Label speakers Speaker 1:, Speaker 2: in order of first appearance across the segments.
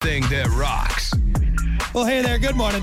Speaker 1: thing that rocks.
Speaker 2: Well, hey there. Good morning.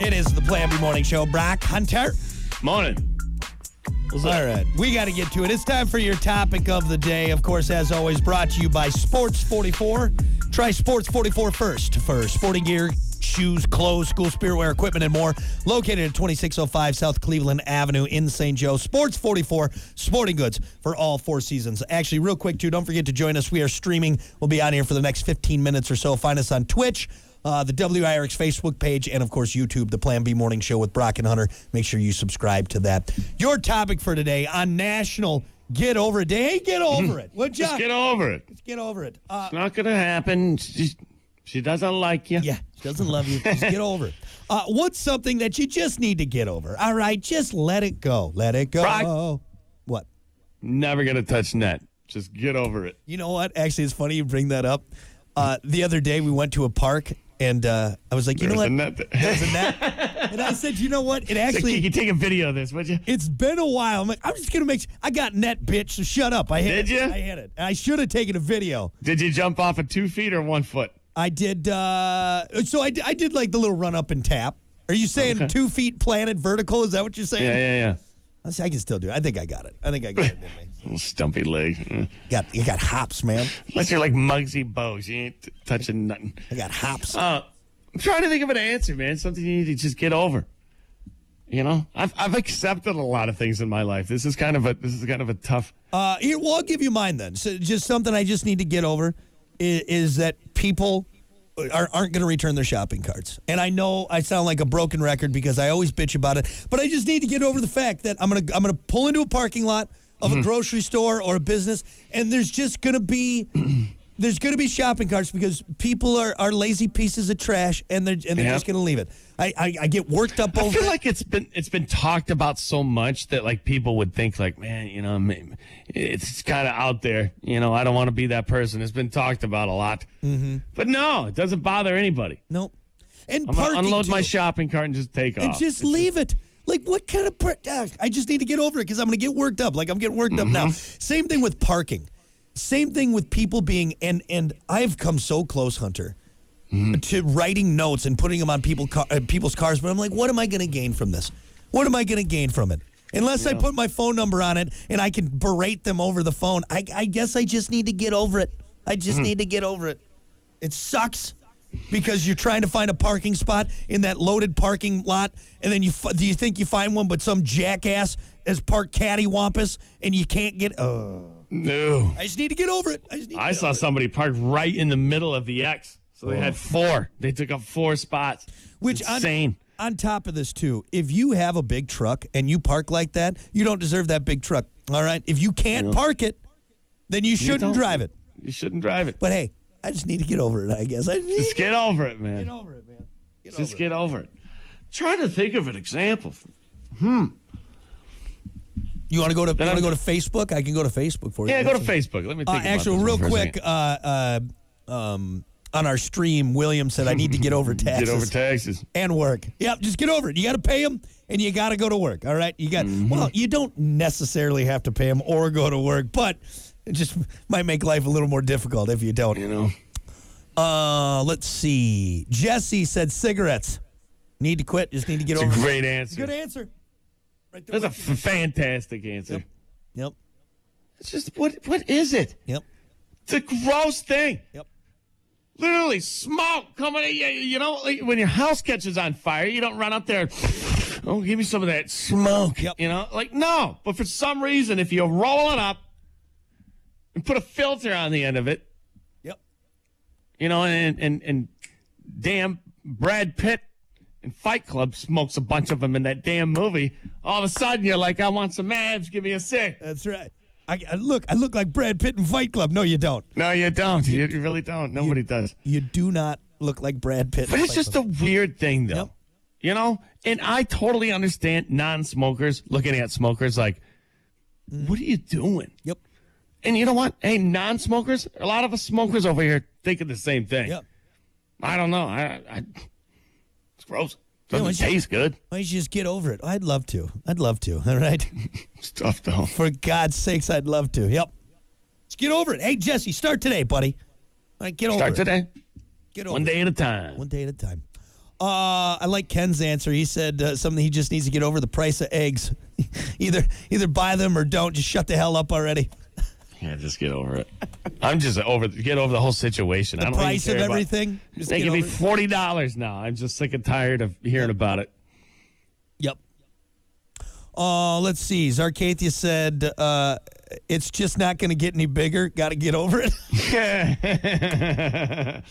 Speaker 2: It is the Plan B Morning Show. Brock Hunter.
Speaker 3: Morning. What's
Speaker 2: All
Speaker 3: up?
Speaker 2: right, we got to get to it. It's time for your topic of the day. Of course, as always, brought to you by Sports 44. Try Sports 44 first for sporting gear, shoes, clothes, school spirit wear, equipment, and more. Located at 2605 South Cleveland Avenue in St. Joe. Sports 44 sporting goods for all four seasons. Actually, real quick, too, don't forget to join us. We are streaming. We'll be on here for the next 15 minutes or so. Find us on Twitch. Uh, the WIRX Facebook page, and of course, YouTube, the Plan B Morning Show with Brock and Hunter. Make sure you subscribe to that. Your topic for today on National Get Over It Day. Hey, get over it. Would you?
Speaker 3: Just get over it. It's
Speaker 2: Get over it. Uh,
Speaker 3: not gonna happen. She, she doesn't like you.
Speaker 2: yeah, she doesn't love you. Just get over it. Uh, what's something that you just need to get over? All right, just let it go. Let it go.
Speaker 3: Brock.
Speaker 2: What?
Speaker 3: Never gonna touch net. Just get over it.
Speaker 2: You know what? Actually, it's funny you bring that up. Uh, the other day, we went to a park, and uh, I was like, you know
Speaker 3: There's
Speaker 2: what?
Speaker 3: a net there.
Speaker 2: There's a net. and I said, you know what? It
Speaker 3: you
Speaker 2: actually
Speaker 3: can take a video of this, would you?
Speaker 2: It's been a while. I'm like, I'm just gonna make. I got net, bitch. So shut up. I hit
Speaker 3: Did
Speaker 2: it.
Speaker 3: ya?
Speaker 2: I hit it. And I should have taken a video.
Speaker 3: Did you jump off of two feet or one foot?
Speaker 2: I did. uh So I, d- I did like the little run up and tap. Are you saying two feet planted vertical? Is that what you're saying?
Speaker 3: Yeah, yeah,
Speaker 2: I said, I can still do. it. I think I got it. I think I got it. didn't
Speaker 3: yeah. Little stumpy leg. Mm.
Speaker 2: I? got you got hops, man.
Speaker 3: Unless you're like Muggsy Bogues, you ain't t- touching nothing.
Speaker 2: I got hops.
Speaker 3: Uh, I'm trying to think of an answer, man. Something you need to just get over. You know, I've I've accepted a lot of things in my life. This is kind of a this is kind of a tough.
Speaker 2: Uh, here, well, I'll give you mine then. So just something I just need to get over is, is that people are, aren't going to return their shopping carts. And I know I sound like a broken record because I always bitch about it, but I just need to get over the fact that I'm gonna I'm gonna pull into a parking lot of
Speaker 3: Mm-hmm.
Speaker 2: a grocery store or a business, and there's just gonna be. There's going to be shopping carts because people are, are lazy pieces of trash and they're and they're
Speaker 3: Yeah.
Speaker 2: just going to leave it. I, I, I get worked up
Speaker 3: I
Speaker 2: over
Speaker 3: feel
Speaker 2: it.
Speaker 3: like it's been it's been talked about so much that like people would think like, man, you know, ma- it's kind of out there. You know, I don't want to be that person. It's been talked about a lot, mm-hmm. but no, it doesn't bother anybody.
Speaker 2: nope. And
Speaker 3: I'm gonna
Speaker 2: parking
Speaker 3: unload my
Speaker 2: too.
Speaker 3: shopping cart and just take
Speaker 2: and
Speaker 3: off.
Speaker 2: just leave it. Like what kind of part? ah, I just need to get over it because I'm going to get worked up. Like I'm getting worked up now. Same thing with parking. Same thing with people being and and I've come so close, Hunter, to writing notes and putting them on people car, uh, people's cars. But I'm like, what am I going to gain from this? What am I going to gain from it? Unless I put my phone number on it and I can berate them over the phone, I, I guess I just need to get over it. I just need to get over it. It sucks because you're trying to find a parking spot in that loaded parking lot, and then you fi- do you think you find one, but some jackass has parked cattywampus, and you can't get. Oh,
Speaker 3: no.
Speaker 2: I just need to get over it. I, just need to
Speaker 3: I
Speaker 2: get
Speaker 3: saw
Speaker 2: over it.
Speaker 3: somebody parked right in the middle of the X. So they had four. They took up four spots.
Speaker 2: Oh. Which on-
Speaker 3: insane.
Speaker 2: On top of this, too, if you have a big truck and you park like that, you don't deserve that big truck. All right, if you can't park it, then you shouldn't
Speaker 3: don't.
Speaker 2: drive it.
Speaker 3: you shouldn't drive it.
Speaker 2: But hey, I just need to get over it. I guess I just need
Speaker 3: Just
Speaker 2: to
Speaker 3: get over it, man.
Speaker 2: get over it, man. Get
Speaker 3: Just
Speaker 2: over it.
Speaker 3: get over it. Try to think of an example.
Speaker 2: You want to go to you want
Speaker 3: I'm-
Speaker 2: to go to Facebook? I can go to Facebook for you.
Speaker 3: Yeah, go to
Speaker 2: That's-
Speaker 3: Facebook. Let me think.
Speaker 2: Uh,
Speaker 3: about
Speaker 2: actually,
Speaker 3: this
Speaker 2: real
Speaker 3: one for a
Speaker 2: quick,
Speaker 3: second.
Speaker 2: uh, uh, um, on our stream, William said, "I need to get over taxes
Speaker 3: Get over taxes.
Speaker 2: and work." Yep, just get over it. You got to pay them, and you got to go to work. All right, you got.
Speaker 3: Mm-hmm.
Speaker 2: Well, you don't necessarily have to pay them or go to work, but it just might make life a little more difficult if you don't.
Speaker 3: You know.
Speaker 2: Uh, let's see. Jesse said, "Cigarettes. Need to quit. Just need to get
Speaker 3: It's
Speaker 2: over."
Speaker 3: a
Speaker 2: it."
Speaker 3: great answer.
Speaker 2: Good answer. Right there.
Speaker 3: That's a f- fantastic answer.
Speaker 2: Yep. Yep.
Speaker 3: It's just what what is it?
Speaker 2: Yep.
Speaker 3: It's a gross thing.
Speaker 2: Yep.
Speaker 3: Literally smoke coming at you. You know, like when your house catches on fire, you don't run up there. Oh, give me some of that smoke.
Speaker 2: Yep.
Speaker 3: You know, like no. But for some reason, if you roll it up and put a filter on the end of it,
Speaker 2: Yep.
Speaker 3: you know, and and and damn Brad Pitt in Fight Club smokes a bunch of them in that damn movie. All of a sudden, you're like, I want some abs. Give me a sec.
Speaker 2: That's right. I, I look. I look like Brad Pitt in Fight Club. No, you don't.
Speaker 3: No, you don't. You, you really don't. Nobody does.
Speaker 2: You do not look like Brad Pitt.
Speaker 3: But it's just a weird thing, though.
Speaker 2: Yep.
Speaker 3: You know? And I totally understand non smokers looking at smokers like, what are you doing?
Speaker 2: yep,
Speaker 3: And you know what? Hey, non smokers, a lot of us smokers over here thinking the same thing.
Speaker 2: yep.
Speaker 3: I don't know. I, I It's gross.
Speaker 2: Yeah,
Speaker 3: Doesn't
Speaker 2: it's-
Speaker 3: taste good.
Speaker 2: Why don't you just get over it? I'd love to. I'd love to. All right.
Speaker 3: Stuff, though.
Speaker 2: For God's sakes, I'd love to. Yep. Just get over it. Hey Jesse, start today, buddy. Like, get over
Speaker 3: Start
Speaker 2: it.
Speaker 3: today,
Speaker 2: Get over
Speaker 3: one
Speaker 2: it.
Speaker 3: day at a time.
Speaker 2: One day at a time. Uh, I like Ken's answer. He said uh, something he just needs to get over the price of eggs. either either buy them or don't. Just shut the hell up already.
Speaker 3: Yeah, just get over it. I'm just over get over the whole situation.
Speaker 2: The
Speaker 3: I don't even
Speaker 2: price of
Speaker 3: care about-
Speaker 2: everything. Just
Speaker 3: They
Speaker 2: get
Speaker 3: give me
Speaker 2: over it.
Speaker 3: forty dollars now. I'm just sick and tired of hearing about it.
Speaker 2: Yep. Uh, let's see. Zarkathia said, uh, it's just not going to get any bigger. Got to get over it.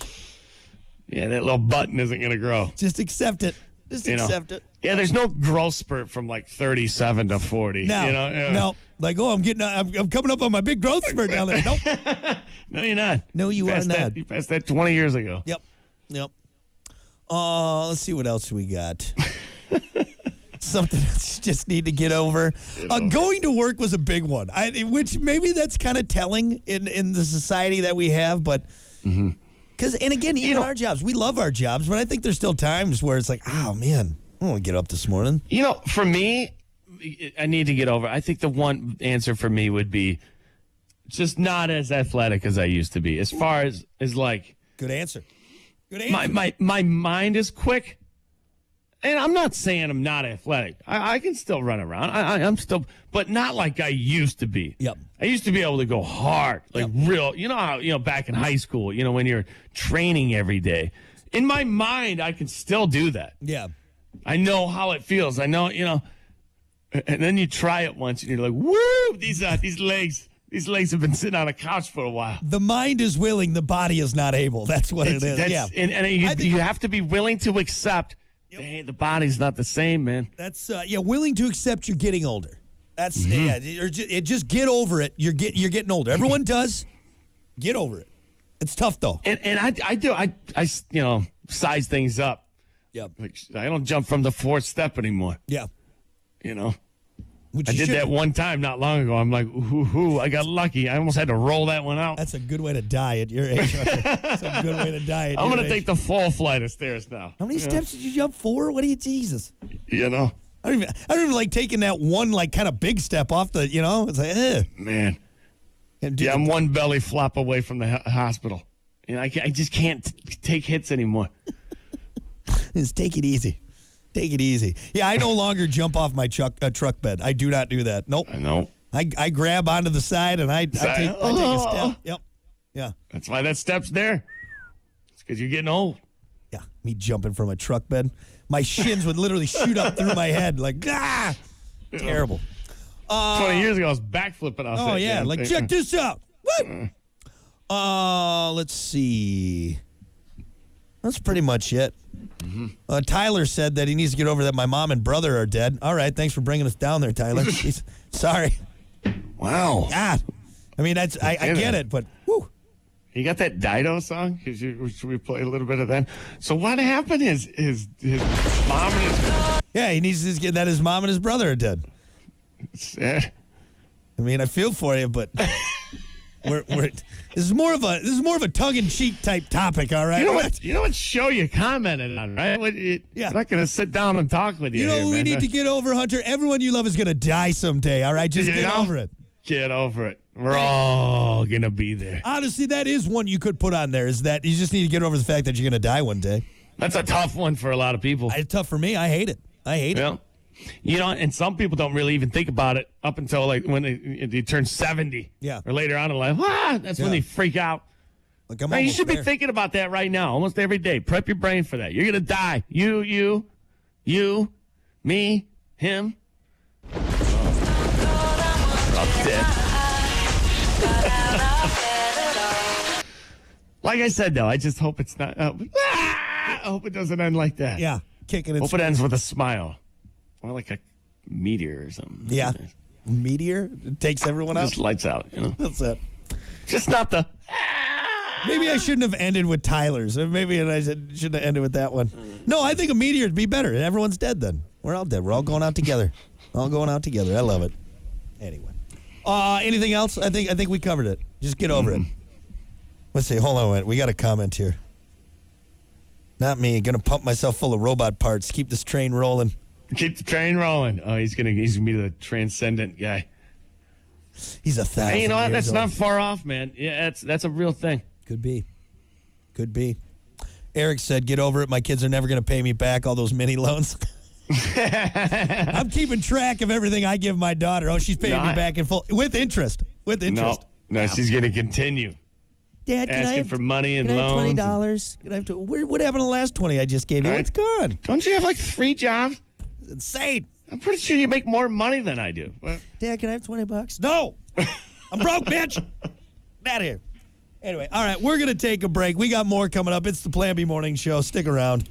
Speaker 3: yeah, that little button isn't gonna grow.
Speaker 2: just accept it. Just
Speaker 3: You know?
Speaker 2: accept it.
Speaker 3: Yeah, there's no growth spurt from like 37 to 40.
Speaker 2: No,
Speaker 3: you know? Yeah.
Speaker 2: no. Like, oh, I'm getting, I'm, I'm coming up on my big growth spurt down there. Nope.
Speaker 3: no, you're not.
Speaker 2: No, you are
Speaker 3: passed that-
Speaker 2: not.
Speaker 3: you passed that 20 years ago.
Speaker 2: Yep. Yep. Uh, let's see what else we got. Something that you just need to get over. Uh, going to work was a big one, I, which maybe that's kind of telling in, in the society that we have, but because and again, even
Speaker 3: Mm-hmm. know-
Speaker 2: our jobs, we love our jobs, but I think there's still times where it's like, oh man, I want to get up this morning.
Speaker 3: You know, for me, I need to get over. I think the one answer for me would be just not as athletic as I used to be. As far as as like
Speaker 2: Good answer. Good answer.
Speaker 3: my my my mind is quick, and I'm not saying I'm not athletic. I, I can still run around. I, I, I'm still, but not like I used to be.
Speaker 2: Yep.
Speaker 3: I used to be able to go hard, like real. You know how you know back in high school. You know when you're training every day. In my mind, I can still do that.
Speaker 2: yeah.
Speaker 3: I know how it feels. I know, you know. And then you try it once, and you're like, "Woo! These uh, these legs, these legs have been sitting on a couch for a while."
Speaker 2: The mind is willing, the body is not able. That's what it is.
Speaker 3: That's-
Speaker 2: yeah.
Speaker 3: and, and you,
Speaker 2: I think-
Speaker 3: you have to be willing to accept, hey, the body's not the same, man.
Speaker 2: That's uh, yeah, willing to accept you're getting older. That's
Speaker 3: Mm-hmm.
Speaker 2: yeah, or just, just get over it. You're get you're getting older. Everyone does. Get over it. It's tough though.
Speaker 3: And and I I do I I s- you know size things up.
Speaker 2: Yeah,
Speaker 3: Like I don't jump from the fourth step anymore.
Speaker 2: yeah.
Speaker 3: You know,
Speaker 2: Which
Speaker 3: I
Speaker 2: you
Speaker 3: did
Speaker 2: should-
Speaker 3: that one time not long ago. I'm like, ooh, ooh, I got lucky. I almost had to roll that one out.
Speaker 2: That's a good way to die at your age. That's a good way to die. At
Speaker 3: I'm
Speaker 2: your
Speaker 3: gonna
Speaker 2: age.
Speaker 3: take the full flight of stairs now.
Speaker 2: How many steps did you jump? Four. What are you, Jesus?
Speaker 3: You know,
Speaker 2: I don't even. I don't even like taking that one like kind of big step off the. You know, it's like. Eh.
Speaker 3: man.
Speaker 2: And do-
Speaker 3: Yeah, I'm one belly flop away from the ho- hospital. You know, I, ca- I just can't t- take hits anymore.
Speaker 2: is take it easy. Take it easy. Yeah, I no longer jump off my truck uh, truck bed. I do not do that. Nope.
Speaker 3: I know.
Speaker 2: I, I grab onto the side and I, I, take, I take a
Speaker 3: Oh.
Speaker 2: step. Yep. Yeah.
Speaker 3: That's why that step's there. It's because you're getting old.
Speaker 2: Yeah. Me jumping from a truck bed. My shins would literally shoot up through my head like, ah, terrible.
Speaker 3: 20 years ago, I was backflipping off
Speaker 2: Oh,
Speaker 3: that
Speaker 2: yeah.
Speaker 3: damn
Speaker 2: Like,
Speaker 3: thing.
Speaker 2: check this out. Woo!
Speaker 3: Mm-hmm.
Speaker 2: Uh, let's see. That's pretty much it.
Speaker 3: Mm-hmm.
Speaker 2: Uh, Tyler said that he needs to get over that my mom and brother are dead. All right. Thanks for bringing us down there, Tyler. Jeez. Sorry.
Speaker 3: Wow.
Speaker 2: God. I mean, that's, I, I get it, but whew.
Speaker 3: You got that Dido song? Could you, should we play a little bit of that? So what happened is his, his mom and his...
Speaker 2: yeah, he needs to get that his mom and his brother are dead.
Speaker 3: Sad.
Speaker 2: I mean, I feel for you, but we're, we're this is more of a this is more of a tongue in cheek type topic. All right,
Speaker 3: You know what? You know what show you commented on, right? What, it,
Speaker 2: Yeah.
Speaker 3: I'm not gonna sit down and talk with you.
Speaker 2: You know
Speaker 3: here,
Speaker 2: what we
Speaker 3: man.
Speaker 2: need to get over, Hunter. Everyone you love is gonna die someday. All right, just
Speaker 3: You
Speaker 2: get
Speaker 3: know?
Speaker 2: over it.
Speaker 3: Get over it. We're all gonna be there.
Speaker 2: Honestly, that is one you could put on there. Is that you just need to get over the fact that you're gonna die one day.
Speaker 3: That's a tough one for a lot of people.
Speaker 2: It's tough for me. I hate it. I hate it.
Speaker 3: Yeah. You know, and some people don't really even think about it up until like when they, they turn 70.
Speaker 2: Yeah.
Speaker 3: Or later on in life. Ah, that's when
Speaker 2: Yeah.
Speaker 3: they freak out.
Speaker 2: Like I'm
Speaker 3: Man, you
Speaker 2: almost
Speaker 3: should be
Speaker 2: there.
Speaker 3: thinking about that right now, almost every day. Prep your brain for that. You're going to die. You, you, you, me, him. Oh. We're all dead. like I said, though, I just hope it's not. Uh, ah, I hope it doesn't end like that.
Speaker 2: Yeah, kicking it.
Speaker 3: Hope it ends with a smile. Or like a meteor or something.
Speaker 2: Yeah, meteor it takes everyone out.
Speaker 3: Just lights out, you know?
Speaker 2: That's it.
Speaker 3: Just not the.
Speaker 2: Maybe I shouldn't have ended with Tyler's. Or Maybe I should- shouldn't have ended with that one. No, I think a meteor would be better. Everyone's dead then. We're all dead. We're all going out together. All going out together. I love it. Anyway, uh, anything else? I think I think we covered it. Just get over it. Let's see. Hold on a minute. We got a comment here. Not me. Gonna pump myself full of robot parts. Keep this train rolling.
Speaker 3: Keep the train rolling. Oh, he's gonna he's gonna be the transcendent guy.
Speaker 2: He's a thousand.
Speaker 3: Hey, you know what?
Speaker 2: years
Speaker 3: That's
Speaker 2: old.
Speaker 3: not far off, man. Yeah, that's that's a real thing.
Speaker 2: Could be. Could be. Eric said, "Get over it. My kids are never going to pay me back all those mini loans." I'm keeping track of everything I give my daughter. Oh, she's paying me
Speaker 3: Not-
Speaker 2: back in full with interest. With
Speaker 3: No,
Speaker 2: interest.
Speaker 3: no, she's going to continue
Speaker 2: Dad, can I
Speaker 3: asking
Speaker 2: have,
Speaker 3: for money and
Speaker 2: can I have twenty
Speaker 3: loans. and-
Speaker 2: dollars? Can I have to, where, what happened to the last twenty I just gave you?
Speaker 3: Right.
Speaker 2: It's gone.
Speaker 3: Don't you have like three jobs?
Speaker 2: It's insane.
Speaker 3: I'm pretty sure you make more money than I do. Well,
Speaker 2: Dad, can I have 20 bucks? No. I'm broke, bitch. Out of here. Anyway, all right, we're going to take a break. We got more coming up. It's the Plan B Morning Show. Stick around.